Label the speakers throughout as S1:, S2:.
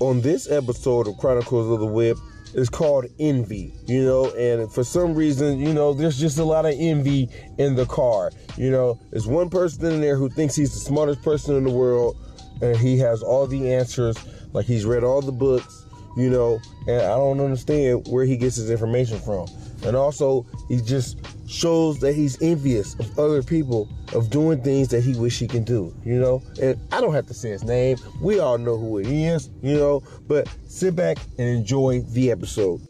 S1: on this episode of Chronicles of the Whip is called envy, you know, and for some reason, you know, there's just a lot of envy in the car. You know, there's one person in there who thinks he's the smartest person in the world and he has all the answers, like he's read all the books, you know, and I don't understand where he gets his information from. And also, he just shows that he's envious of other people of doing things that he wish he can do, you know? And I don't have to say his name. We all know who it is, you know? But sit back and enjoy the episode.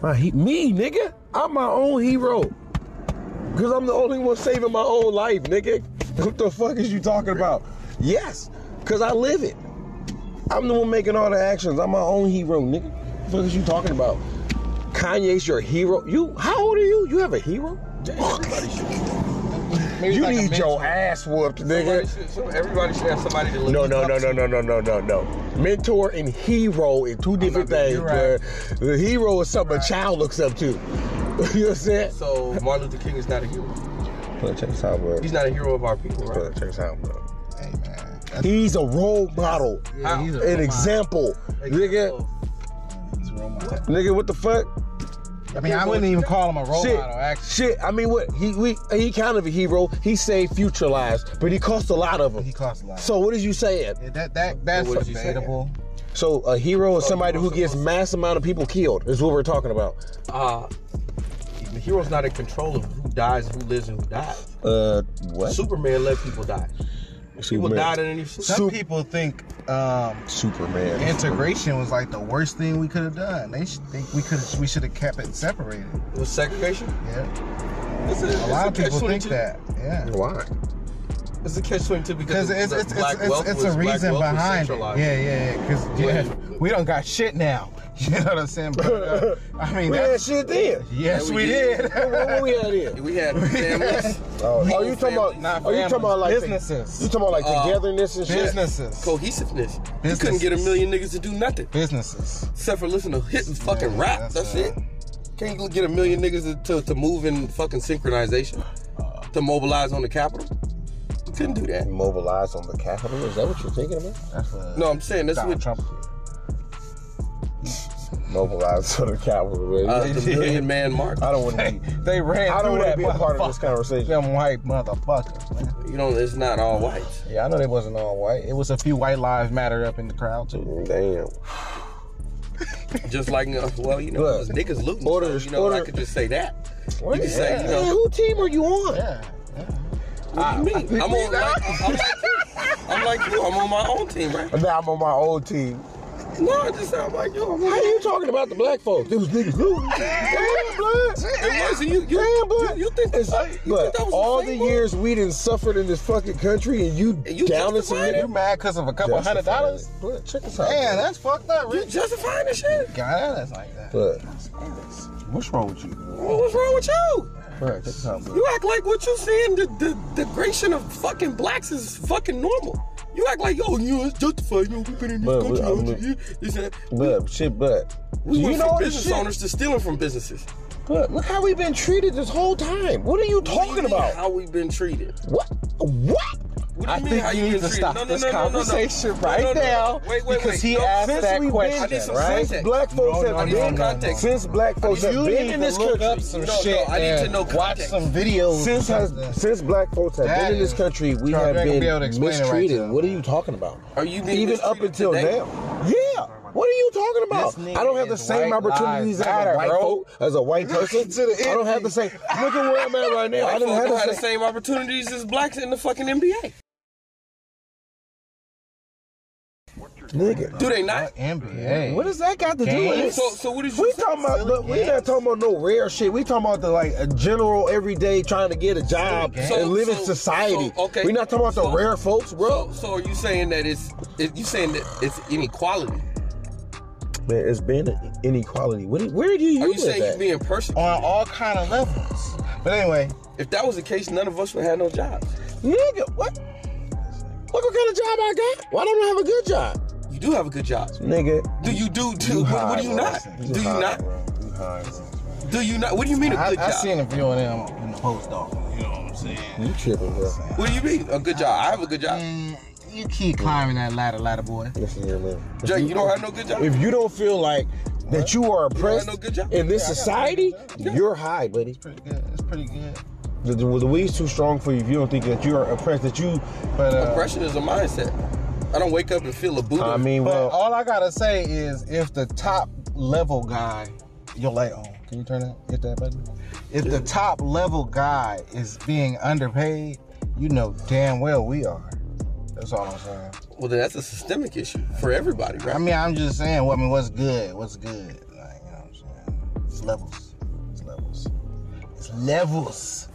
S1: My he- me, nigga. I'm my own hero. Cause I'm the only one saving my own life, nigga. What the fuck is you talking about? Yes, cause I live it. I'm the one making all the actions. I'm my own hero, nigga. What the fuck is you talking about? Kanye's your hero. You how old are you? You have a hero?
S2: Maybe
S1: You
S2: like a
S1: need
S2: mentor.
S1: your ass whooped,
S2: Everybody
S1: nigga.
S2: should, some- everybody should have somebody to look
S1: No,
S2: up
S1: no, no, no,
S2: to.
S1: no, no, no, no, no. Mentor and hero are two different
S2: not-
S1: things.
S2: you're
S1: man.
S2: right.
S1: The hero is something a child looks up to. you know what I'm saying?
S2: So Martin Luther King is not a hero.
S1: Look, check this out, bro.
S2: He's not a hero of our people, right?
S1: Look, check this out, bro.
S3: Hey man, that's
S1: He's a role model,
S2: How?
S3: he's a-
S1: an example, nigga.
S3: his role model.
S1: Nigga, what the fuck?
S3: I mean, I wouldn't even call him a role
S1: shit,
S3: model. Actually,
S1: shit. I mean, what he we he kind of a hero. He saved future lives, but he cost a lot of them.
S3: he costs a lot.
S1: So what is you saying?
S3: Yeah, that that that's
S2: what did you say?
S3: debatable.
S1: So a hero is
S2: So
S1: somebody who
S2: heroes
S1: gets
S2: supposed-
S1: mass amount of people killed. Is what we're talking about.
S2: Uh, the hero's not in control of who dies, who lives, and who dies.
S1: Uh, what?
S2: Superman let people die. People died in any
S3: Some
S1: Sup-
S3: people think um,
S1: Superman.
S3: integration was like the worst thing we could have done. They should think we could we should have kept it separated.
S2: with segregation.
S3: Yeah,
S2: It's a,
S3: a
S2: it's
S3: lot of
S2: catch
S3: people think
S2: 22.
S3: that. Yeah,
S1: Why?
S2: It's a catch twenty two because
S3: because it's
S2: the
S3: it's it's,
S2: black
S3: it's,
S2: wealth
S3: it's
S2: was-
S3: a
S2: black
S3: reason
S2: wealth was
S3: behind it. Yeah,
S2: centralized.
S3: yeah, yeah. Because
S2: Yeah.
S3: yeah, we don't got shit now. You know what I'm saying? But, uh, I mean,
S1: We had
S3: that's,
S1: shit then.
S2: Yeah,
S3: yes,
S2: we
S3: we
S2: did.
S3: did.
S1: What, what we had then?
S2: We had families,
S1: Oh,
S2: whole
S1: you talking about?
S2: families,
S3: not
S1: oh, you talking about like the-
S3: Businesses.
S1: you talking about like
S2: Uh,
S1: togetherness and shit?
S3: Businesses,
S2: cohesiveness. You couldn't
S3: Businesses.
S2: get a million niggas to do nothing
S3: businesses.
S2: except for listen to hit and fucking
S3: Yeah,
S2: rap. That's,
S3: that's
S2: it.
S3: right.
S2: Can't you get a million niggas to, to, to move in fucking synchronization
S1: Uh,
S2: to mobilize on the capital. You couldn't do that.
S1: Mobilize on the capital. Is that what you're thinking about?
S3: That's what
S2: No, I'm saying that's
S3: Donald
S2: what
S3: Trump did.
S1: Mobilize on the capital. man.
S2: uh, the million man mark.
S1: I don't want to be.
S3: They ran
S1: I don't
S3: through
S1: want to
S3: that
S1: be a part of this
S3: motherfucker.
S1: conversation.
S3: Them white motherfuckers. man.
S2: You know, it's not all whites.
S3: Yeah, I know they wasn't all white. It was a few white lives mattered up in the crowd too.
S1: Damn.
S2: Just like uh, well, you know,
S1: Look.
S2: it was niggas looting.
S1: Order-
S2: so, you know, I
S1: order-
S2: could just say that.
S1: What
S2: You can
S1: is
S2: say,
S1: that?
S2: you know-
S1: Man, who team are you on?
S3: Yeah.
S2: What do you mean? I'm on like I'm like you. I'm like you. I'm on my own team, right?
S1: Now I'm on my old team.
S2: No, it just sounds like you. I'm
S1: How
S2: on-
S1: you talking about the black folks? It was niggas looting. Damn, blood.
S2: It was you. You,
S1: Damn, blood.
S2: you, you think
S1: It's-
S2: that's you think
S1: look,
S2: that was
S1: all
S2: same
S1: the
S2: one?
S1: years we didn't suffered in this fucking country, and you,
S2: And you
S1: down in some
S2: justified
S3: You
S1: nigga.
S3: mad because of a couple hundred dollars?
S1: Look, check this out.
S3: Man, that's fucked up,
S2: You
S3: Rich.
S2: justifying this shit?
S3: God, that's like that.
S1: Look,
S3: What's wrong with you?
S2: Well, what's wrong with you?
S1: look, check this out, blood.
S2: You act like what you seeing the, the degradation of fucking blacks is fucking normal. You act like yo, you know, it's justified. You know, we've been in this
S1: But,
S2: country.
S1: but,
S2: a
S1: I'm
S2: hundred years. It's a-
S1: But shit, but
S2: We
S1: you
S2: went from
S1: know the
S2: business
S1: shit.
S2: owners to stealing from businesses.
S1: But look how we've been treated this whole time. What are you
S2: What do you
S1: talking
S2: mean
S1: about?
S2: how we've been treated.
S1: What? What?
S2: What do you
S3: I
S2: mean
S3: think
S2: how
S3: you
S2: you've
S3: need
S2: been
S3: to
S2: treated?
S3: stop
S2: No, no,
S3: this
S2: no, no, no, no.
S3: conversation
S2: No,
S3: right
S2: no, no.
S3: now
S2: Wait, wait,
S3: because
S2: wait.
S3: he
S2: No,
S3: asked
S2: since
S3: that
S1: we
S3: question,
S1: been-
S2: I need some
S3: right?
S2: context.
S1: Since black folks
S3: No, no,
S1: have
S3: no,
S1: been,
S3: no, no.
S1: since black folks
S2: You
S1: have
S2: need
S1: been in
S2: to
S1: this
S2: look
S1: country,
S2: up some No, no, shit I need to and know watch
S3: Watch
S2: context.
S3: some
S2: some
S3: videos.
S1: since has since black folks have
S3: That
S1: been in this
S3: is-
S1: country, we
S3: Charles,
S1: have
S3: I ain't gonna
S1: been
S3: be able to explain it right
S1: mistreated.
S3: now.
S1: what are you talking about?
S2: Are you being
S1: even up
S2: mistreated
S1: until
S2: today?
S1: now? Yeah. What are you talking about?
S3: This nigga
S1: I don't have the
S3: is
S1: same
S3: white
S1: opportunities
S3: lives
S1: as a
S3: matter,
S1: white
S3: bro.
S1: folk, as a white person.
S3: to the
S1: I don't have
S3: enemy.
S1: the same. Look at where I'm at right now. I didn't
S2: White folks
S1: have
S2: don't have
S1: the
S2: the
S1: same.
S2: same opportunities as blacks in the fucking NBA.
S1: Nigga,
S2: Do they not?
S3: NBA.
S1: what does that got to do with
S3: Game.
S1: this?
S2: So, so what is you
S1: We
S2: saying?
S1: talking about, but we not talking about no rare shit. We talking about the like a general everyday trying to get a job
S2: So-
S1: and live in
S2: so-
S1: society.
S2: so, okay.
S1: We not talking about the
S2: So-
S1: rare folks, bro.
S2: So, so are you saying that it's it, you saying that it's inequality?
S1: Man, it's been inequality. What do- where do you
S2: Are you
S1: use
S2: saying
S1: that?
S2: you being personal?
S3: On all kind of levels. But anyway,
S2: If that was the case, none of us would have no jobs.
S1: Nigga, what? Look what kind of job I got. Why don't I have a good job?
S2: You do have a good job.
S1: Nigga,
S2: Do you do? do what, what do you not? Do you not? Do you not? What do you mean a
S3: I,
S2: good
S3: I
S2: job?
S3: seen a video of them in the postdoc. You know what I'm I'm saying?
S1: You tripping, bro.
S2: What do you mean? A good job. I have a good job.
S3: Man, you keep climbing that ladder, ladder boy.
S1: Listen here, man.
S2: Jake, you don't have no good job.
S1: If you don't feel like that you are oppressed
S2: no good job.
S1: in this
S3: Yeah, I got
S1: society,
S3: no good
S1: you're high, buddy.
S3: Pretty good. It's pretty good.
S1: The, the, the weed's too strong for you if you don't think that you are oppressed. That you,
S3: But uh,
S2: Oppression is a mindset. I don't wake up and feel a Buddha.
S1: I mean,
S3: But
S1: well,
S3: all I gotta say is, if the top level guy, your light on. Can you turn that? Hit that button. If the top level guy is being underpaid, you know damn well we are. That's all I'm saying.
S2: well, then that's a systemic issue for everybody, right?
S3: I mean, I'm just saying. Well, I mean, what's good? What's good? Like, you know what I'm saying? It's levels. It's levels. It's levels.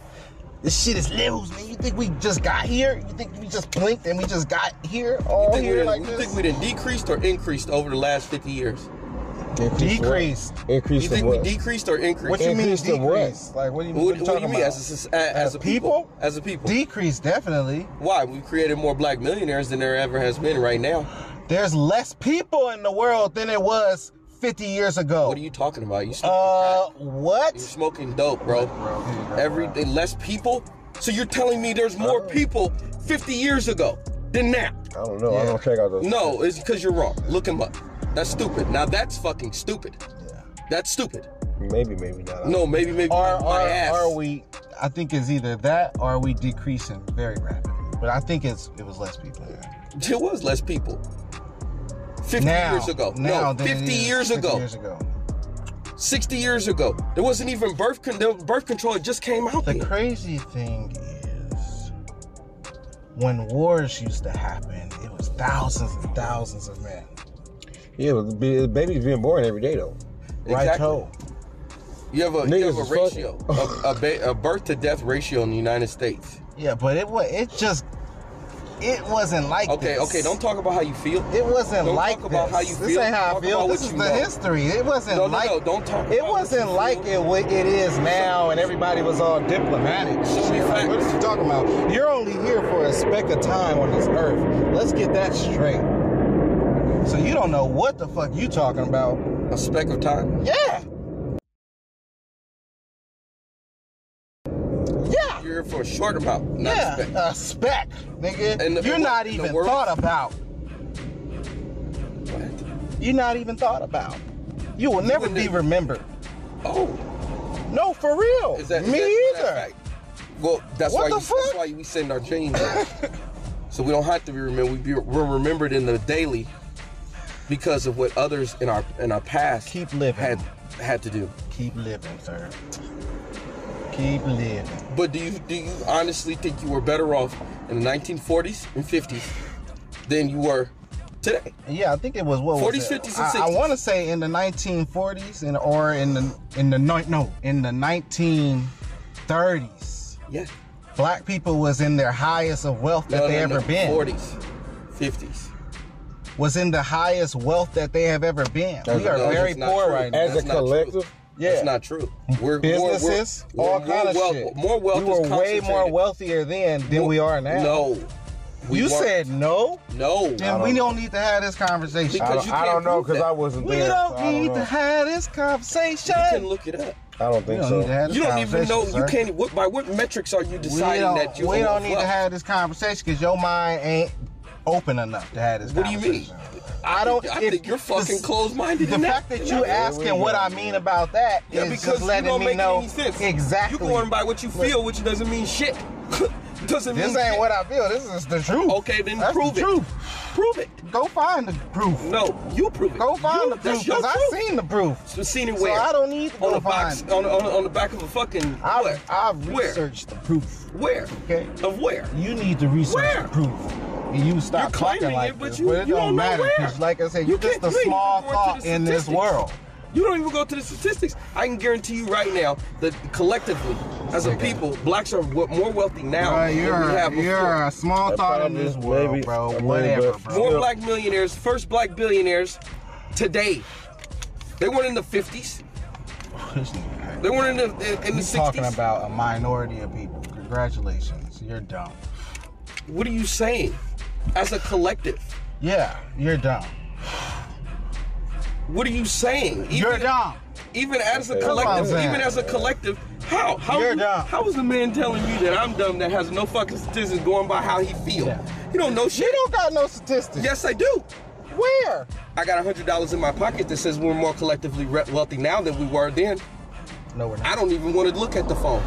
S3: This shit is levels, man. You think we just got here? You think we just blinked and we just got here? All
S2: think we,
S3: here
S2: done-
S3: like
S2: you
S3: this?
S2: think we done decreased or increased over the last 50 years?
S1: increase what?
S3: decreased.
S1: Increase
S2: You
S1: the
S2: think we
S1: what?
S2: decreased or increased?
S3: What you mean
S1: Increase the what?
S3: decrease? Like, what do you,
S2: What,
S3: you
S2: what do
S3: talking
S2: you mean
S3: about?
S2: as a, soc- a- as
S3: As
S2: a people?
S3: people?
S2: As a people.
S3: Decrease, definitely.
S2: Why? We've created more black millionaires than there ever has been right now.
S3: There's less people in the world than it was 50 years ago.
S2: What are you talking about? You smoking
S3: uh,
S2: crack. You're
S3: what?
S2: smoking dope, bro. Every day, less people. So you're telling me there's
S3: Uh.
S2: more people 50 years ago than now?
S1: I don't know. I
S3: Yeah.
S1: don't check out those.
S2: No, it's because you're wrong. Look him up. That's stupid. Now that's fucking stupid.
S3: Yeah.
S2: That's stupid.
S1: Maybe, maybe not.
S2: No, maybe, maybe
S3: Are,
S2: my
S3: are,
S2: ass.
S3: are we, I think it's either that or are we decreasing very rapidly. But I think it's it was less people.
S2: There was less people. 50
S3: Now,
S2: years ago.
S3: now
S2: no,
S3: than it
S2: 50
S3: is
S2: years
S3: 50
S2: ago.
S3: years ago.
S2: 60 years ago. There wasn't even birth con- there- birth control. It just came out.
S3: The
S2: here.
S3: crazy thing is, when wars used to happen, it was thousands and thousands of men.
S1: Yeah, but the baby's being born every day though.
S3: Right
S2: Exactly.
S3: toe.
S2: You have a,
S1: Niggas
S2: you have a
S1: is
S2: ratio, a, a, ba- a birth to death ratio in the United States.
S3: Yeah, but it was it just it wasn't like
S2: Okay,
S3: this.
S2: okay, don't talk about how you feel.
S3: it wasn't
S2: don't
S3: like
S2: talk about
S3: this.
S2: how you
S3: this
S2: feel.
S3: ain't how
S2: Talk
S3: I feel.
S2: about
S3: This
S2: what
S3: is
S2: you
S3: the
S2: know.
S3: history. It wasn't
S2: No, no,
S3: like
S2: no, don't talk
S3: It
S2: about what
S3: wasn't
S2: you
S3: like
S2: feel.
S3: it wa- it is now, and everybody was all diplomatic.
S2: Show me
S3: Shit, like, what
S2: facts.
S3: are you talking about? You're only here for a speck of time on this earth. Let's get that straight. So you don't know what the fuck you talking about.
S2: A speck of time.
S3: Yeah. Yeah.
S2: You're here for a short amount, not
S3: Yeah,
S2: a speck.
S3: a spec, nigga.
S2: In the-
S3: You're
S2: in
S3: not
S2: the
S3: even
S2: world.
S3: thought about. You're not even thought about. You will never be
S2: wouldn't-
S3: remembered.
S2: Oh,
S3: No, for real.
S2: is that
S3: Me
S2: is that-
S3: either.
S2: That's fact. well, that's
S3: What
S2: why,
S3: the
S2: you, that's
S3: fuck?
S2: why we send our genes. in. so we don't have to be remembered. We be, we're remembered in the daily because of what others in our in our past
S3: Keep living.
S2: had had to do.
S3: Keep living, sir. Keep living.
S2: But do you do you honestly think you were better off in the 1940s and 50s than you were today?
S3: Yeah, I think it was what
S2: 40s,
S3: was it?
S2: 50s, and
S3: I,
S2: 60s.
S3: want to say in the 1940s and or in the in the ni- no in the 1930s.
S2: Yeah,
S3: Black people was in their highest of wealth that
S2: No,
S3: they
S2: no,
S3: ever
S2: no.
S3: been.
S2: 40s, 50s.
S3: was in the highest wealth that they have ever been. we are
S2: No, that's
S3: very
S2: not
S3: poor
S2: true.
S3: right now.
S1: As a
S2: That's not true.
S1: collective?
S2: that's
S3: Yeah.
S2: not true. We're
S3: Businesses,
S2: we're- we're
S3: all
S2: more
S3: kind of
S2: wealth,
S3: shit.
S2: More wealth.
S3: We were
S2: is
S3: way more
S2: concentrated.
S3: wealthier then than we are now.
S2: No, we
S3: you
S2: weren't.
S3: said no.
S2: no.
S3: Then we don't need to have this conversation.
S1: I
S2: Because
S1: don't,
S2: you
S1: I don't
S2: can't
S1: know
S2: prove
S1: because
S2: that.
S1: I wasn't
S3: we
S1: there. so
S3: don't
S1: I
S3: need
S1: know.
S3: to have this conversation.
S2: You can look it up.
S1: I don't
S3: We
S1: think
S3: don't
S1: so.
S3: need to have this
S2: You don't even
S3: conversation,
S2: know. You
S3: sir.
S2: can't. What, by what metrics are you
S3: We
S2: deciding
S3: don't,
S2: that you?
S3: we
S2: are
S3: don't
S2: worth
S3: need to
S2: wealth?
S3: have this conversation because your mind ain't open enough to have this
S2: What do you mean?
S3: conversation. I don't.
S2: I
S3: if-
S2: think you're fucking
S3: the-
S2: closed-minded.
S3: The
S2: in
S3: fact that you
S2: ask.
S1: we
S3: asking what
S1: go.
S3: I mean about that is
S2: Yeah, because
S3: just
S2: you
S3: letting
S2: don't
S3: me
S2: make
S3: know
S2: any sense.
S3: exactly.
S2: You going by what you feel, which doesn't mean shit. doesn't
S3: This
S2: mean
S3: ain't
S2: shit.
S3: what I feel. This is the truth.
S2: Okay, then
S3: That's
S2: prove
S3: the
S2: it.
S3: Truth.
S2: Prove it.
S3: Go find the proof.
S2: No, you prove it.
S3: Go find
S2: you,
S3: the
S2: that's
S3: proof
S2: your
S3: because I
S2: proof.
S3: seen the proof.
S2: So seen it
S3: So
S2: where?
S3: I don't need to
S2: on
S3: go
S2: the box,
S3: find. it.
S2: on, on, on the back of a fucking.
S3: I've,
S2: where?
S3: I've
S2: Where?
S3: researched the proof.
S2: Where?
S3: Okay.
S2: Of where?
S3: You need to research
S2: Where?
S3: the proof. And you stop
S2: You're
S3: talking
S2: claiming
S3: like
S2: it, but
S3: this,
S2: you-
S3: but it
S2: you
S3: don't
S2: don't know
S3: matter
S2: where.
S3: like I said,
S2: You
S3: you're just
S2: can't
S3: a
S2: claim you
S3: small
S2: according to
S3: thought
S2: the
S3: in this
S2: statistics.
S3: world.
S2: You don't even go to the statistics. I can guarantee you right now that collectively, as a people, blacks are w- more wealthy now
S3: Bruh,
S2: than we have before.
S3: a small
S1: That probably is maybe- I mean, but-
S2: More
S1: Yeah.
S2: black millionaires, first black billionaires today. They weren't in the 50s. They weren't in the in, in the
S3: You're
S2: 60s.
S3: talking about a minority of people. Congratulations, you're dumb.
S2: What are you saying? As a collective,
S3: Yeah, you're dumb.
S2: what are you saying? Even
S3: You're
S2: if-
S3: dumb.
S2: even as a
S1: That's
S3: what I'm
S2: collective,
S3: saying.
S2: even as a collective, how how
S3: You're
S2: you-
S3: dumb.
S2: how is the man telling you that I'm dumb that has no fucking statistics going by how he feel?
S3: Yeah.
S2: You don't know shit.
S3: You don't got no statistics.
S2: Yes, I do.
S3: Where?
S2: I got hundred dollars in my pocket that says we're more collectively re- wealthy now than we were then.
S3: No, we're not.
S2: I don't even want to look at the phone.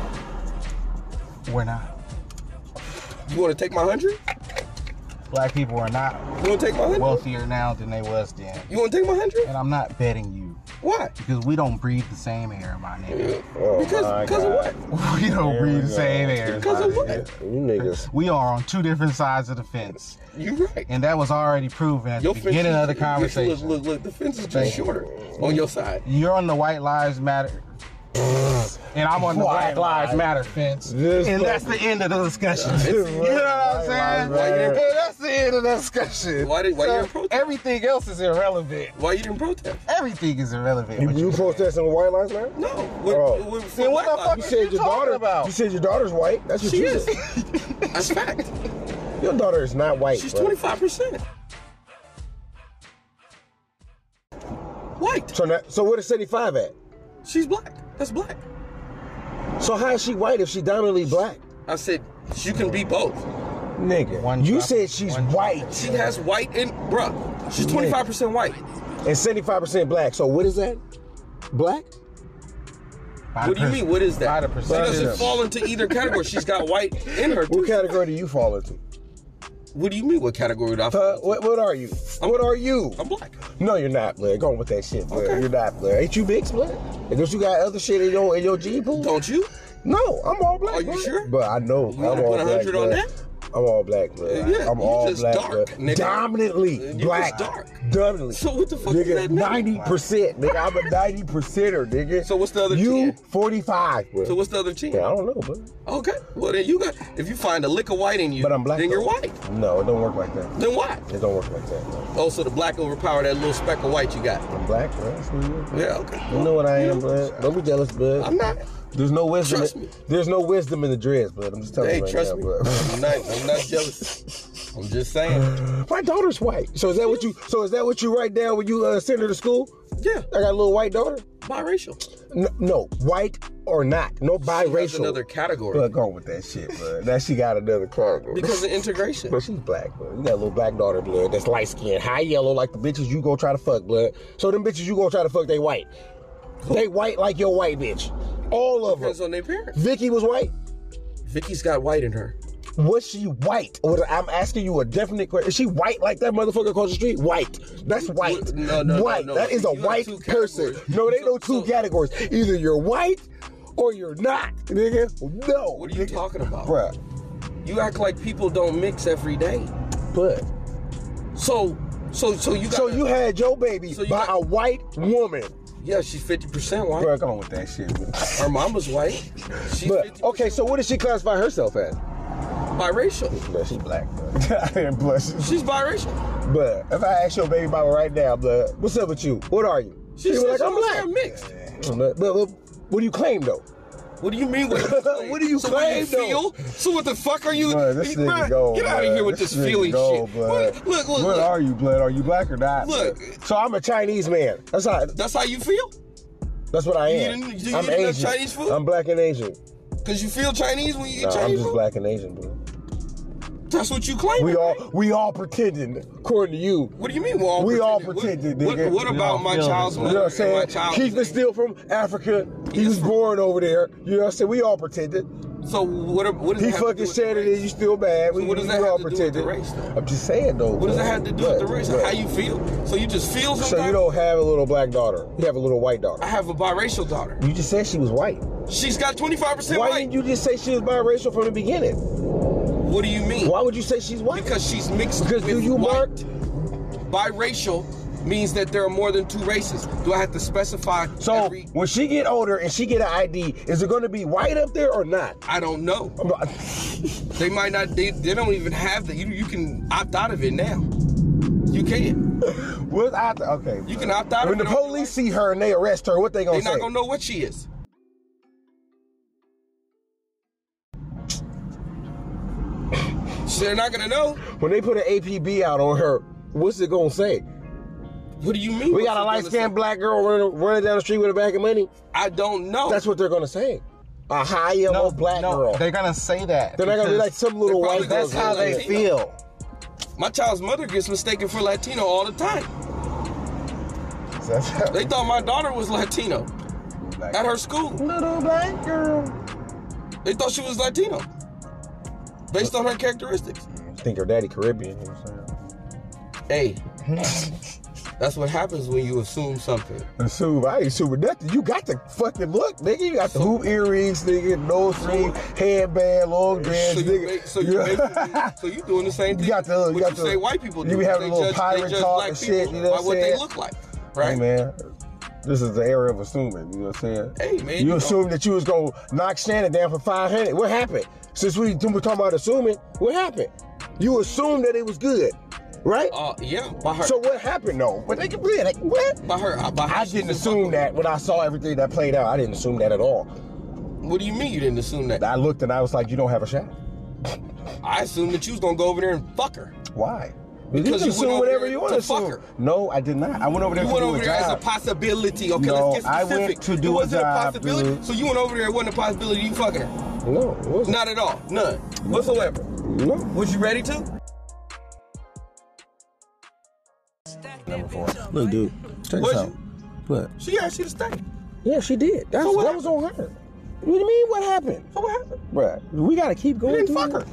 S3: We're not.
S2: You want to take my hundred?
S3: Black people are not
S2: You want to take my hundred?
S3: wealthier now than they was then.
S2: You want to take my hundred?
S3: And I'm not betting you
S2: Why?
S3: because we don't breathe the same air, my nigga.
S1: Oh,
S2: because
S1: my
S2: because of
S1: God.
S2: what?
S3: We don't
S1: There we
S3: breathe the
S1: go.
S3: same air.
S2: Because
S3: my
S2: of what?
S3: nigga.
S1: You niggas.
S3: We are on two different sides of the fence,
S2: You right.
S3: and that was already proven at the beginning
S2: is-
S3: of the
S2: your-
S3: conversation.
S2: Look, look, look, the fence is
S3: Thank
S2: just
S3: you.
S2: shorter on your side.
S3: You're on the White Lives Matter, and I'm on the Black Lives Matter fence,
S1: This
S3: and that's the end of the discussion. You know what I'm
S1: Lives
S3: saying?
S1: Matter.
S3: And that's the end of the discussion.
S2: Why did- why
S3: So
S2: you protest?
S3: everything else is irrelevant.
S2: Why you didn't protest?
S3: Everything is irrelevant.
S1: You,
S3: What you
S1: you
S3: say.
S1: protesting White Lives Matter?
S2: No. What,
S1: Oh.
S2: what,
S3: Then what the fuck
S1: You
S3: What
S1: said
S3: you
S1: your
S3: talking
S1: daughter.
S3: about?
S1: You said your daughter's white. That's what
S2: She
S1: you
S2: is.
S1: said.
S2: That's fact.
S1: Your daughter is not white.
S2: She's
S1: bro.
S2: twenty five percent white.
S1: So, that, so where is 75 at?
S2: She's black. That's black.
S1: So how is she white if she dominantly black?
S2: I said you can be both.
S1: Nigga,
S3: One
S1: you
S3: drop-
S1: said she's
S3: one drop.
S1: white
S2: She has white and bruh. She's twenty five percent white.
S1: and 75% black. So what is that? Black?
S3: By
S2: What do you
S3: the
S2: mean? What is
S3: by the
S2: that? She doesn't
S1: percentage.
S2: fall into either category. She's got white in her.
S1: What
S2: Too.
S1: category do you fall into?
S2: What do you mean? What category? Do I fall
S1: Huh?
S2: into?
S1: What, what are you? What are you?
S2: I'm black.
S1: No, you're not, Blair. Go on with that shit, Blair.
S2: Okay.
S1: You're not, Blair. Ain't you big, Blair? And don't you got other shit in your in your gene pool?
S2: Don't you?
S1: No, I'm all black.
S2: Are you
S1: Blair.
S2: sure?
S1: But I know
S2: You
S1: I'm
S2: gonna
S1: all
S2: put a
S1: black.
S2: hundred on
S1: Blair.
S2: that?
S1: I'm all black, Blair.
S2: Yeah,
S1: I'm
S2: you
S1: all
S2: just
S1: black,
S2: dark,
S1: Blair.
S2: nigga.
S1: Dominantly
S2: You just
S1: black.
S2: dark.
S1: Dominantly.
S2: So what the fuck does
S1: nigga,
S2: that mean?
S1: ninety percent, nigga. I'm a ninety percenter, nigga.
S2: So what's the other
S1: You
S2: 10?
S1: forty five.
S2: So what's the other team?
S1: I don't know, Blair.
S2: Okay. Well, then you got. If you find a lick of white in you,
S1: But I'm black.
S2: then you're
S1: though.
S2: white.
S1: No, it don't work like that.
S2: Then why?
S1: It don't work like that. Blair.
S2: Oh, so the black overpower that little speck of white you got.
S1: I'm black, Blair. That's what it is, Blair.
S2: Yeah. Okay.
S1: You know what I am,
S2: You know,
S1: Blair. Don't be jealous, Blair.
S2: I'm not.
S1: There's no wisdom.
S2: Trust
S1: in,
S2: me.
S1: There's no wisdom in the dreads, but I'm just telling
S2: Hey,
S1: you right
S2: trust
S1: now,
S2: me.
S1: blood.
S2: I'm not. I'm not jealous. I'm just saying.
S1: My daughter's white. So is that what you? So is that what you write down when you uh, send her to school?
S2: Yeah.
S1: I got a little white daughter.
S2: Biracial.
S1: No, no white or not. No
S2: That's
S1: biracial.
S2: another category.
S1: But go on with that shit, bud. Now she got another category.
S2: Because of integration.
S1: But she's black, blood. You got a little black daughter, blood. That's light skinned, high yellow, like the bitches you gonna try to fuck, blood. So them bitches you gonna try to fuck, they white. They white like your white bitch. All of
S2: Depends
S1: them.
S2: on their parents.
S1: Vicky was white.
S2: Vicky's got white in her.
S1: Was she white? Or I'm asking you a definite question. Is she white like that motherfucker across the street? White. That's white.
S2: No, no, no,
S1: white.
S2: no.
S1: That is a
S2: You have
S1: white
S2: two
S1: person.
S2: categories.
S1: No, they
S2: So-
S1: no two
S2: so-
S1: categories. Either you're white or you're not, nigga. No.
S2: What are you
S1: nigga.
S2: talking about?
S1: Bruh.
S2: You act like people don't mix every day.
S1: But
S2: So, so, so you got.
S1: so you had your baby
S2: So you
S1: by
S2: got-
S1: a white woman.
S2: Yeah, she's fifty percent white.
S1: Bruh, come on with that shit. bruh.
S2: Her mama's white. She's
S1: But
S2: 50%
S1: okay, so what does she classify herself as?
S2: biracial.
S1: Bruh, she black, bruh. Bruh, she-
S2: She's biracial.
S1: Bruh, if I ask your baby mama right now, bruh, what's up with you? What are you?
S2: She
S1: She
S2: said
S1: was like, I'm black.
S2: mixed.
S1: But, but, but what do you claim though?
S2: What do you mean? What,
S1: What do you
S2: so
S1: claim,
S2: What do you feel? So what the fuck are you?
S1: Blood, this
S2: Bruh,
S1: nigga gold.
S2: get out of
S1: blood.
S2: here with this,
S1: nigga
S2: feeling
S1: gold,
S2: shit.
S1: Blood.
S2: What- Look, look,
S1: What
S2: look.
S1: are you, blood? Are you black or not?
S2: Look.
S1: blood? So I'm a Chinese man. That's how.
S2: That's how you feel?
S1: That's what I
S2: You
S1: am.
S2: didn't- you
S1: I'm
S2: didn't have
S1: Asian.
S2: Chinese food?
S1: I'm black and Asian.
S2: Cause you feel Chinese when you eat
S1: Nah, I'm
S2: Chinese
S1: just
S2: food?
S1: black and Asian, blood.
S2: That's what you claim.
S1: We all we all pretending, according to you.
S2: What do you mean? We're all
S1: We all
S2: pretending?
S1: pretended,
S2: What,
S1: nigga.
S2: what, what
S1: We
S2: about
S3: all
S2: my
S3: feel
S2: child's
S3: this
S1: You
S2: mother?
S1: know what I'm
S2: and my
S1: saying?
S2: child's
S1: Keith is still from Africa. He was
S2: from-
S1: born over there. You know what I'm saying? We all pretended.
S2: So what? are- What does
S1: He
S2: that have to do
S1: fucking
S2: with the
S1: said it,
S2: race?
S1: and you still bad.
S2: what does
S1: we
S2: that
S1: all
S2: have to do with the
S1: pretended.
S2: race, though?
S1: I'm just saying though.
S2: What does that
S1: blood.
S2: have to do with the
S1: Blood,
S2: race?
S1: blood.
S2: How you feel? So you just feel sometimes.
S1: So you don't have a little black daughter. You have a little white daughter.
S2: I have a biracial daughter.
S1: You just said she was white.
S2: She's got 25%
S1: Why
S2: white.
S1: didn't you just say she was biracial from the beginning?
S2: what do you mean?
S1: Why would you say she's white?
S2: Because she's mixed
S1: Because
S2: with
S1: do you
S2: white.
S1: mark?
S2: Biracial means that there are more than two races. Do I have to specify
S1: So
S2: every?
S1: when she get older and she get an ID, is it going to be white up there or not?
S2: I don't know.
S1: I'm not-
S2: They might not. They, they don't even have that. You you can opt out of it now. You can.
S1: What's out there? Okay.
S2: You can opt out
S1: When
S2: of it.
S1: the police see her and they arrest her, what they gonna
S2: They're
S1: say?
S2: not gonna know what she is. So they're not gonna know.
S1: When they put an APB out on her, what's it gonna say?
S2: What do you mean?
S1: We
S2: what's
S1: got a
S2: it
S1: light
S2: gonna
S1: skinned black girl running, running down the street with a bag of money.
S2: say? I don't know.
S1: That's what they're gonna say. A high yellow black girl.
S3: They're gonna say that.
S1: They're not gonna be like
S3: because
S1: some little
S2: They're
S1: white
S2: probably
S1: girl.
S3: That's how they
S2: Latino.
S3: feel.
S2: My child's mother gets mistaken for Latino all the time.
S3: So that's how
S2: They thought my daughter was Latino
S3: like,
S2: at her school.
S3: little black girl.
S2: They thought she was Latino based on her characteristics.
S1: think her daddy Caribbean. you know what I'm saying?
S2: Hey, that's what happens when you assume something.
S1: Assume I ain't assuming nothing. You got the fucking look, nigga. You got the hoop earrings, nigga, nose ring, headband, long dress,
S2: so, you
S1: nigga.
S2: make, so, you
S1: Yeah.
S2: make, so you doing the same thing.
S1: You got the- you
S2: what
S1: got
S2: you
S1: the-
S2: say white people
S1: you
S2: do.
S1: be having
S2: they
S1: a little
S2: judge,
S1: pirate
S2: they judge
S1: talk
S2: black
S1: and
S2: people
S1: shit, you know
S2: by
S1: what I'm
S2: what they
S1: saying?
S2: look like, right?
S1: Hey man, this is the era of assuming. You know what I'm saying?
S2: Hey, man,
S1: you,
S2: you know-
S1: assumed that you was gonna knock Shannon down for five hundred. What happened? Since we we talking about assuming, what happened? You assumed that it was good, right?
S2: Uh, yeah, by her.
S1: so what happened though? But they can play it. Like, what?
S2: by her. uh, By her
S1: I
S2: she
S1: didn't
S2: was-
S1: assume that when I saw everything that played out. I didn't assume that at all.
S2: What do you mean you didn't assume that?
S1: I looked and I was like, you don't have a shot.
S2: I assumed that you was gonna go over there and fuck her.
S1: Why? can
S2: Because you went
S1: assume
S2: over
S1: whatever
S2: there
S1: you want to
S2: to fuck
S1: assume.
S2: her.
S1: No, I did not. I went over there
S2: You
S1: to
S2: went
S1: do
S2: over
S1: a
S2: there as a
S1: job.
S2: possibility. Okay,
S1: No,
S2: let's get
S1: I
S2: specific.
S1: went to do
S2: it
S1: a job,
S2: wasn't a possibility.
S1: dude.
S2: So you went over there, it wasn't a possibility you fucking her.
S1: no, it wasn't.
S2: Not at all. None. Whatsoever.
S1: no.
S2: Was you ready to?
S1: Number four. Look, dude, check
S2: Was
S1: this out.
S2: you?
S1: What?
S2: She asked you to stay.
S1: Yeah, she did. That's,
S2: So what
S1: that was on her. What do you mean? What happened?
S2: So what happened?
S1: Bruh, we gotta keep going.
S2: didn't
S1: through
S2: fuck
S1: it.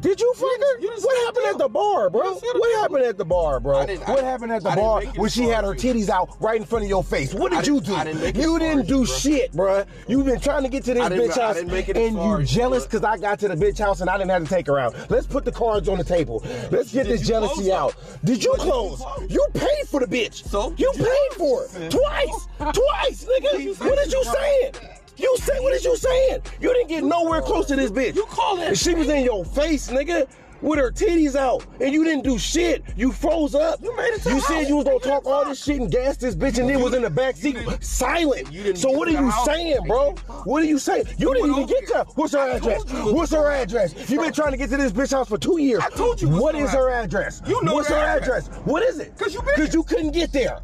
S1: Did you fuck her?
S2: didn't- you didn't
S1: what
S2: see the
S1: happened
S2: deal.
S1: at the bar, bro?
S2: You didn't see the
S1: What
S2: deal.
S1: happened at the bar, bro?
S2: I didn't- I
S1: what
S2: didn't-
S1: happened at the
S2: I didn't
S1: bar
S2: make it
S1: when
S2: as
S1: she
S2: far
S1: had her
S2: as you.
S1: titties out right in front of your face? What
S2: I
S1: did you
S2: didn't-
S1: do?
S2: I didn't make it
S1: you
S2: as far
S1: didn't
S2: as
S1: do
S2: you, bro.
S1: shit, bro. You've been trying to get to this
S2: I didn't-
S1: bitch
S2: I
S1: house,
S2: didn't make it as
S1: and
S2: far
S1: you
S2: as you,
S1: jealous
S2: bro.
S1: because I got to the bitch house and I didn't have to take her out. Let's put the cards on the table. Let's get
S2: Did
S1: this
S2: you
S1: jealousy
S2: close,
S1: out. Did you
S2: But did you
S1: close?
S2: close?
S1: You paid for the bitch.
S2: So?
S1: you paid for it twice, twice, nigga. What did you saying? You say what did you saying? You didn't get nowhere close to this bitch.
S2: You call that
S1: She was in your face, nigga, with her titties out, and you didn't do shit. You froze up.
S2: You made it to
S1: You
S2: the
S1: said
S2: house.
S1: you was gonna
S2: You
S1: talk all this shit and gas this bitch, and then was in the back seat,
S2: didn't-
S1: silent.
S2: you didn't
S1: so
S2: get
S1: what are
S2: to the
S1: you
S2: house.
S1: saying, bro? What are you saying? You didn't even
S2: went
S1: get
S2: over
S1: to.
S2: there.
S1: What's her
S2: I told
S1: address?
S2: you it was
S1: What's her address? You been trying to get to this bitch house for two years. I
S2: told you it was
S1: What
S2: her
S1: is her address?
S2: You know
S1: What's her
S2: her
S1: address? What is it?
S2: 'Cause you been
S1: Because
S2: there.
S1: you couldn't get there.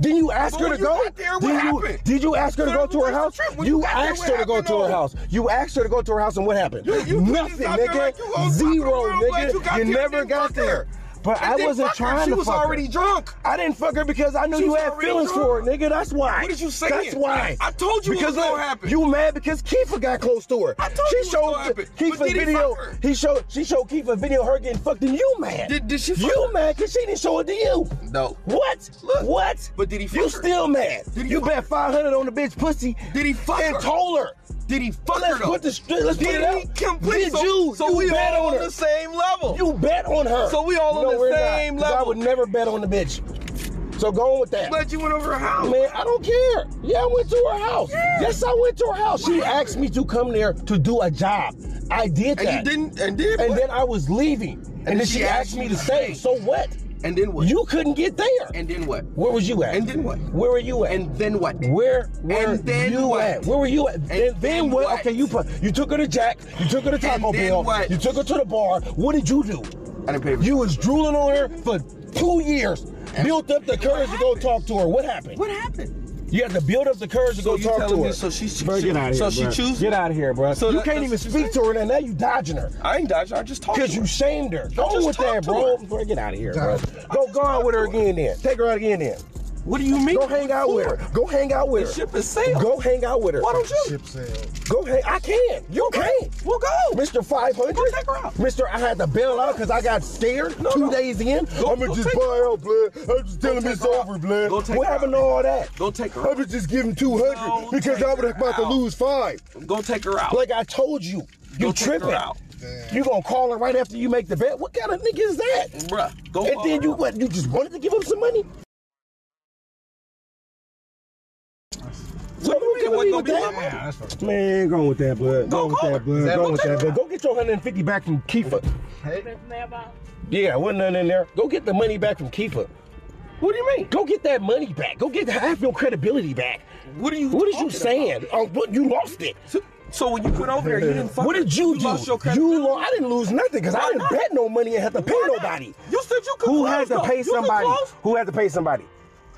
S1: Didn't you ask
S2: But
S1: her
S2: when
S1: to
S2: you
S1: go?
S2: got there, what
S1: did you
S2: happened?
S1: did you ask her to
S2: So
S1: go
S2: it
S1: to her
S2: was a
S1: house?
S2: trip. When
S1: You
S2: you got there,
S1: asked
S2: what
S1: her to go
S2: happened,
S1: to her
S2: though?
S1: house. You asked her to go to her house, and what happened?
S2: You- you put
S1: Nothing,
S2: this out there
S1: nigga.
S2: like you gonna fuck
S1: Zero,
S2: her, bro, but
S1: nigga.
S2: you got
S1: You
S2: there,
S1: never
S2: didn't
S1: got
S2: fuck her.
S1: there. But
S2: And
S1: I
S2: then
S1: wasn't
S2: fuck her.
S1: trying
S2: She
S1: to
S2: was
S1: fuck her.
S2: already drunk.
S1: I didn't fuck her because I knew
S2: She
S1: you
S2: was
S1: had
S2: already
S1: feelings
S2: drunk.
S1: for her, nigga. That's why.
S2: What did you say?
S1: That's why.
S2: I told you it
S1: because
S2: was gonna
S1: look,
S2: happen.
S1: You mad because Kiefer got close to her.
S2: I told
S1: she
S2: you it was
S1: showed
S2: gonna happen.
S1: Keith
S2: But did
S1: a
S2: he
S1: video.
S2: fuck her?
S1: He showed she showed Keith a video of her getting fucked, and you mad.
S2: Did- did she fuck
S1: You
S2: her?
S1: mad because she didn't show it to you.
S2: No.
S1: What?
S2: Look.
S1: What?
S2: But did he fuck
S1: You
S2: her?
S1: still mad?
S2: Did he
S1: you
S2: fuck
S1: bet five hundred on the bitch pussy.
S2: Did he fuck
S1: and
S2: her?
S1: told her.
S2: Did he fuck
S1: Let's
S2: her though?
S1: put the stri- let's put it
S2: Did he
S1: out.
S2: complete?
S1: Did
S2: so,
S1: you?
S2: So
S1: you
S2: we
S1: bet
S2: all
S1: on
S2: on
S1: her.
S2: the same level.
S1: You bet on her.
S2: So we all on the
S1: we're not,
S2: same
S1: 'cause I
S2: level.
S1: would never bet on the bitch. So go on with that.
S2: Glad you went over her house.
S1: Man, I don't care. Yeah, I went to her house. Yes, I went to her house. She asked me to come there to do a job. I did
S2: And
S1: that.
S2: you didn't. And did.
S1: And
S2: what?
S1: then I was leaving. And, then she asked me to stay. So what?
S2: And then what?
S1: You couldn't get there.
S2: And then what?
S1: Where was you at?
S2: And then what?
S1: Where were you at?
S2: And then what?
S1: Where were
S2: And then
S1: you
S2: what?
S1: at? Where were you at? And, then,
S2: then
S1: what?
S2: what?
S1: Okay, you put, you took her to Jack. You took her to Taco
S2: And then
S1: Bell.
S2: what?
S1: You took her to the bar. What did you do?
S2: I didn't pay for
S1: You was drooling on her for two years. Built up the
S2: What
S1: courage to go
S2: happened?
S1: talk to her. What happened?
S2: What happened?
S1: You have to build up the courage to
S2: So
S1: go
S2: you
S1: talk to
S2: telling me
S1: her.
S2: so she- she-
S1: Bruh, get out of
S2: so
S1: here.
S2: she
S1: bruh.
S2: choose-
S1: Get out of here, bro.
S2: So
S1: you
S2: that-
S1: can't
S2: that's
S1: even
S2: what she
S1: speak
S2: said?
S1: to her, and now you dodging her.
S2: I ain't dodged. I just talked.
S1: Cause
S2: to
S1: you
S2: her.
S1: shamed her.
S2: I
S1: Go
S2: just
S1: with that,
S2: talked to
S1: bro.
S2: her.
S1: Bro, Get out of here,
S3: I
S1: bro.
S3: just
S1: Go go out with her again then. Take her out again then.
S2: What do you mean?
S1: Go hang out with her. Go hang out with
S2: The
S1: her.
S2: ship is sailed.
S1: Go hang out with her.
S2: Why don't you?
S3: Chip said.
S1: Go hang. I can. You can't.
S2: We'll go.
S1: Mr. 500.
S2: Go take her out.
S1: Mr. I had to bail out because I got scared
S2: No,
S1: two
S2: no.
S1: days in.
S2: Go-
S1: I'ma
S2: go
S1: just
S2: take
S1: buy out, blood. I'm just telling him
S2: take
S1: it's
S2: her out.
S1: over, blood.
S2: Go take
S1: What
S2: her
S1: happened to
S2: out.
S1: all that?
S2: Go take her
S1: I
S2: out.
S1: was just giving 200
S2: Go
S1: because
S2: take
S1: I was
S2: her
S1: about to
S2: out.
S1: lose five.
S2: Go take her out.
S1: Like I told you. You
S2: Go take her
S1: tripping.
S2: out.
S1: You gonna call her right after you make the bet? What kind of nigga is that?
S2: Bruh. Go. uh,
S1: And then you what? You just wanted to give him some money? So don't give
S2: What
S1: me
S2: gonna
S1: with
S2: be my
S1: that.
S2: money?
S3: Yeah, that's what.
S1: Man, go with that blood. Go,
S2: Go
S1: with
S2: call
S1: that
S2: her.
S1: blood.
S3: Is that
S1: Go
S3: what
S1: with
S3: they
S1: that
S3: got?
S1: blood. Go get your 150 back from Kiefer.
S3: Hey,
S1: Yeah, wasn't nothing in there. Go get the money back from Kiefer.
S2: What do you mean?
S1: Go get that money back. Go get half your credibility back.
S2: What are you?
S1: What is
S2: talking
S1: you
S2: about?
S1: saying? Oh, what you lost it.
S2: So, so when you went over there, you didn't fuck.
S1: What
S2: her.
S1: did you do?
S2: lost your credibility.
S1: you lost. I didn't lose nothing because I
S2: Why
S1: didn't
S2: not?
S1: bet no money and have to pay
S2: Why not?
S1: nobody.
S2: You said you could
S1: Who
S2: close,
S1: had to
S2: though.
S1: pay
S2: You could
S1: somebody?
S2: close.
S1: Who had to pay somebody?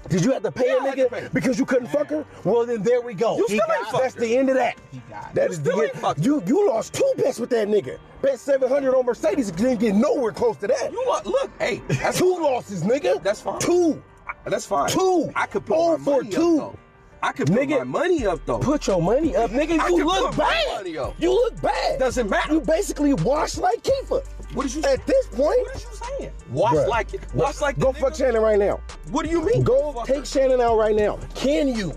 S1: Did you have to pay
S2: Yeah, I
S1: a
S2: had
S1: nigga
S2: to pay.
S1: because you couldn't fuck her? Well, then there we go.
S2: You
S1: He
S2: still
S1: got-
S2: ain't fucked
S1: That's
S2: her.
S1: the end of that.
S3: He got
S1: That
S2: You
S1: is
S2: still
S1: the
S2: ain't fucked
S1: end. You you lost two bets with that nigga. Bet seven hundred on Mercedes and didn't get nowhere close to that.
S2: You want look? Hey, that's
S1: two losses, nigga.
S2: That's fine.
S1: Two.
S2: That's fine.
S1: Two.
S2: I could put
S1: Oh,
S2: my
S1: for
S2: money
S1: two.
S2: up though. I could put
S1: Nigga,
S2: my money up though.
S1: Put your money up, nigga.
S2: I
S1: You
S2: can
S1: look
S2: put my
S1: bad.
S2: money up.
S1: You look bad.
S2: Doesn't matter.
S1: You basically washed like Kiefer.
S2: What did you-
S1: At this point,
S2: what is you saying? Watch
S1: bruh,
S2: like it. Watch like the
S1: Go
S2: nigga.
S1: fuck Shannon right now.
S2: What do you mean?
S1: Go
S2: fuck
S1: take
S2: her?
S1: Shannon out right now. Can you?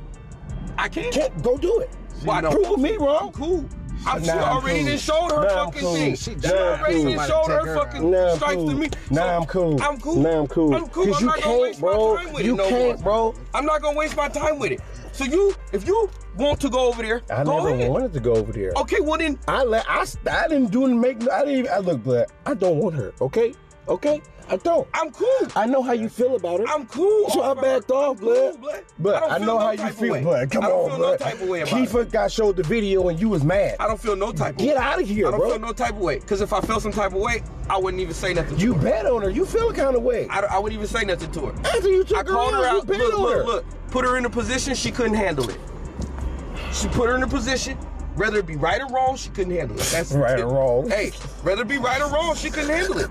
S2: I can't.
S1: Can't go do it.
S2: Why don't?
S1: Prove me wrong.
S2: I'm cool. I'm, she
S3: Nah, I'm
S2: already
S3: cool.
S2: done showed
S1: Nah,
S2: her
S1: I'm
S2: fucking
S1: cool.
S2: thing.
S1: She-
S2: She,
S1: nah, I'm
S2: already
S1: cool.
S2: done showed her
S3: Somebody take her
S2: fucking
S1: Now I'm
S2: stripes
S1: cool.
S2: to me.
S1: Now
S2: So,
S1: I'm cool.
S2: I'm cool.
S1: Now I'm cool.
S2: I'm cool.
S1: 'Cause
S2: I'm
S1: you
S2: not gonna
S1: can't,
S2: waste
S1: bro.
S2: my time with
S1: You
S2: it. no
S1: can't,
S2: more.
S1: bro.
S2: I'm not gonna waste my time with it. So you, if you want to go over there,
S1: I
S2: go
S1: never
S2: ahead.
S1: wanted to go over there.
S2: Okay, well then,
S1: I let I, I didn't do make I didn't even, I look black. I don't want her. Okay, okay. I don't.
S2: I'm cool.
S1: I know how you feel about her.
S2: I'm cool.
S1: So I
S2: over
S1: backed
S2: her.
S1: off,
S2: I'm cool,
S1: blood. But
S2: don't
S1: I,
S2: feel
S1: know
S2: no
S1: how you
S2: type of
S1: feel,
S2: way.
S1: blood. Come
S2: I don't
S1: on,
S2: feel
S1: blood.
S2: no type of way about it.
S1: Kiefer got showed the video and you was mad.
S2: I don't feel no type of
S1: Get
S2: way.
S1: out of here,
S2: I don't
S1: bro.
S2: feel no type of way. Because if I felt some type of way, I wouldn't even say nothing to
S1: you
S2: her.
S1: bet on her. You feel a kind of way.
S2: I, I wouldn't even say nothing to her.
S1: After you took
S2: I
S1: her
S2: called her
S1: out,
S2: out.
S1: you bet
S2: Look,
S1: on her.
S2: look, look. Put her in a position she couldn't handle it. She put her in a position, whether it be right or wrong, she couldn't handle it. That's
S1: Right
S2: it.
S1: or wrong.
S2: Hey, whether it be right or wrong, she couldn't handle it.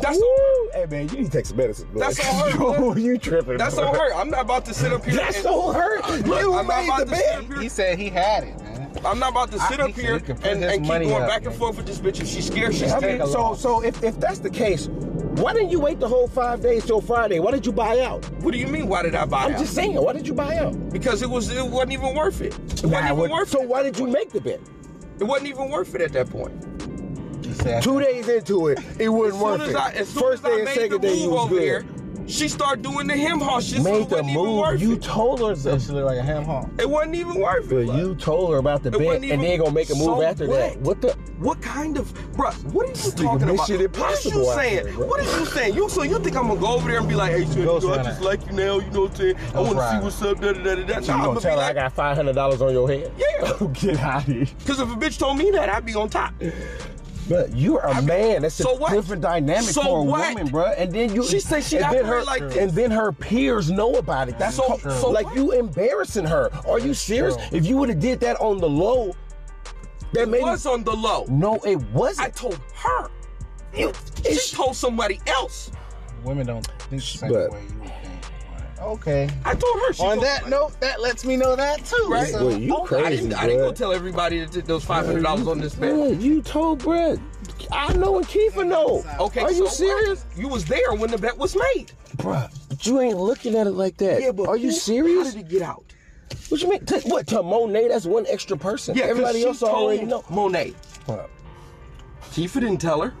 S2: That's
S1: Woo! Hey man, you need to take some medicine. Blood.
S2: That's on her, blood.
S1: Yo, you tripping?
S2: that's
S1: blood.
S2: on her. I'm not about to sit up here.
S1: That's
S2: and-
S1: on her.
S2: Look,
S1: You
S2: I'm not
S1: made
S2: about
S1: the
S2: to sit
S1: bet.
S2: up here.
S3: He said he had it, man.
S2: I'm not about to
S3: I-
S2: sit up
S3: he said
S2: here
S3: he can put
S2: and,
S3: his
S2: and keep
S3: money
S2: going
S3: up,
S2: back and
S3: nigga.
S2: forth with this bitch. If she's scared, she's
S1: I
S2: scared.
S1: mean, so so if, if that's the case, why didn't you wait the whole five days till Friday? Why did you buy out?
S2: What do you mean? Why did I buy
S1: I'm
S2: out?
S1: just saying, why did you buy out?
S2: because it was it wasn't even worth it. It wasn't
S1: Nah,
S2: even
S1: what-
S2: worth
S1: so
S2: it.
S1: why did you make the bet?
S2: It wasn't even worth it at that point.
S3: He said
S1: Two days into it, it
S2: As
S1: wasn't
S2: soon
S1: worth
S2: as
S1: it.
S2: I, as soon
S1: First
S2: as I
S1: day and
S2: made
S1: second
S2: the
S1: day, you
S2: move
S1: was
S2: over
S1: good.
S2: there, she started doing the him haw shit. so
S1: Made
S2: it
S1: the
S2: wasn't even
S1: move.
S2: worth
S1: You
S2: it.
S1: told her,
S3: Said she looked like a ham hog.
S2: it wasn't even worth
S1: but
S2: it. bro.
S1: you told her about the
S2: It
S1: bet, and
S2: wasn't even-
S1: they gonna make a move
S2: So
S1: after that.
S2: what?
S1: What the?
S2: What kind of, bruh, What are you
S1: This nigga
S2: talking
S1: make
S2: about?
S1: shit impossible out
S2: what is you
S1: here,
S2: saying?
S1: bruh.
S2: what is you saying? You so you think I'm gonna go over there and be like, hey, shit, you know,
S3: Ghost
S2: I
S3: Rider.
S2: just like you now. You know what I'm saying? I
S3: Ghost
S2: want to see
S3: Rider.
S2: what's up. Da da da da.
S1: So
S2: da. Nah,
S1: you
S2: I'ma
S1: gonna
S2: be
S1: tell her I
S2: like-
S1: got five hundred dollars on your head?
S2: Yeah.
S1: Oh, get out of here.
S2: Cause if a bitch told me that, I'd be on top.
S1: But you're a man. That's
S2: so
S1: a
S2: what?
S1: different dynamic
S2: So
S1: for a
S2: what?
S1: woman, bruh. And then you
S2: She said she
S1: and
S2: got
S1: then
S2: hurt
S1: her
S2: like this.
S1: and then her peers know about it. That's
S2: So-
S1: all.
S2: so
S1: like
S2: what?
S1: you embarrassing her. Are you serious?
S3: true.
S1: If you would have did that on the low, that
S2: It
S1: made
S2: was on the low.
S1: no, it
S2: I
S1: wasn't.
S2: told her.
S1: You-
S2: She told somebody else.
S3: Women don't think the same
S1: But-
S3: way you would think. Like, Okay.
S2: I told her. She
S3: On
S2: told
S3: that
S2: somebody.
S3: note, that lets me know that too.
S2: right?
S3: So,
S1: Well, you
S2: Oh, I
S1: crazy,
S2: didn't, I didn't
S1: bruh.
S2: go tell everybody that th- those five hundred dollars on this bet.
S1: Yeah, you told bruh. I know and Kiefer know.
S2: Okay,
S1: Are
S2: so
S1: you
S2: what?
S1: serious?
S2: You was there when the bet was made.
S1: Bruh. But you ain't looking at it like that. Are you
S2: who-
S1: serious?
S2: How did it get out?
S1: what you mean? Take what to Monet? That's one extra person.
S2: Yeah, 'cause
S1: Everybody
S2: she
S1: else already know.
S2: told Monet.
S1: Bruh.
S2: Tifa didn't tell her.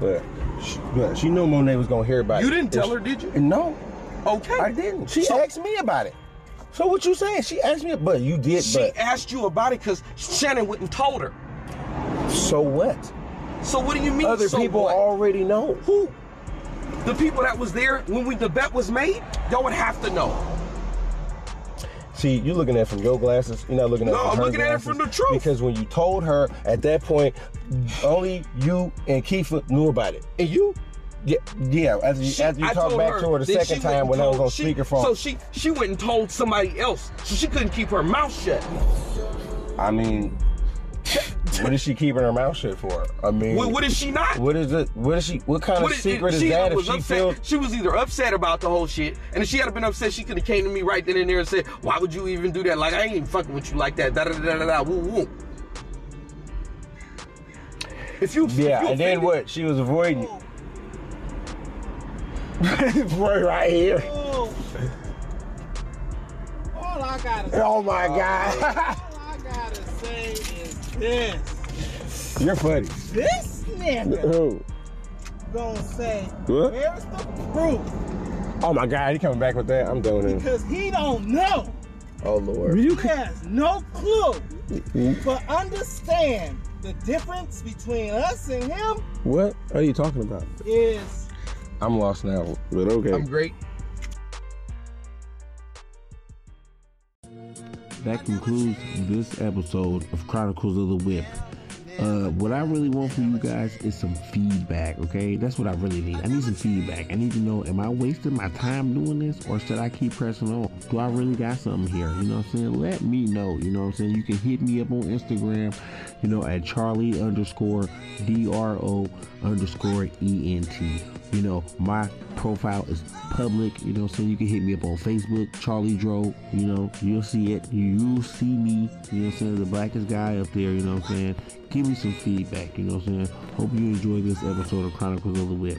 S1: But she, but she knew Monet was gonna hear about it.
S2: You didn't tell her, did you?
S1: No,
S2: Okay.
S1: I didn't. She
S2: So-
S1: asked me about it. So what you saying? She asked me, but you did.
S2: She
S1: but
S2: asked you about it because Shannon wouldn't told her.
S1: so what?
S2: So what do you mean?
S1: Other
S2: so
S1: people
S2: what?
S1: already know.
S2: who? The people that was there when we the bet was made, y'all would have to know.
S1: See, you're looking at it from your glasses. You're not looking at it
S2: No,
S1: from
S2: I'm
S1: her
S2: looking at it from
S1: glasses,
S2: the truth.
S1: Because when you told her at that point, only you and Kiefer knew about it.
S2: And you
S1: Yeah, yeah. After you,
S2: She-
S1: after you
S2: I
S1: talked
S2: told
S1: back to her the
S2: then
S1: second
S2: she
S1: time
S2: went
S1: when
S2: and
S1: I was on
S2: told- she-
S1: speakerphone,
S2: So she she went and told somebody else, so she couldn't keep her mouth shut.
S1: I mean, what is she keeping her mouth shut for? I mean,
S2: What, what is she not?
S1: What is it? What is she? What kind
S2: What
S1: of
S2: is-
S1: secret is that? If
S2: was
S1: she
S2: upset.
S1: feels
S2: she was either upset about the whole shit, and if she had been upset, she could have came to me right then and there and said, "Why would you even do that? Like I ain't even fucking with you like that." Da da da da da. Woo woo. If you if
S1: yeah,
S2: you
S1: and then
S2: offended-
S1: what? She was avoiding. Boy, right here.
S4: All I gotta say,
S1: Oh my God,
S4: all I gotta say is this.
S1: you're funny.
S4: This nigga
S1: Who?
S4: gonna say,
S1: What?
S4: where's the proof?
S1: Oh my God, he coming back with that? I'm doing it.
S4: Because he don't know.
S1: Oh Lord.
S4: He has no clue. But understand the difference between us and him
S1: What are you talking about?
S4: is
S1: I'm lost now, but okay.
S2: I'm great.
S5: That concludes this episode of Chronicles of the Whip. Uh, what I really want from you guys is some feedback, okay? That's what I really need. I need some feedback. I need to know, am I wasting my time doing this or should I keep pressing on? Do I really got something here? You know what I'm saying? Let me know. You know what I'm saying? You can hit me up on Instagram, you know, at Charlie underscore DRO underscore E ENT. You know, my profile is public, you know, so you can hit me up on Facebook, Charlie Dro, you know, you'll see it. You'll see me, you know what I'm saying, the blackest guy up there, you know what I'm saying. Give me some feedback, you know what I'm saying. Hope you enjoyed this episode of Chronicles of the Whip.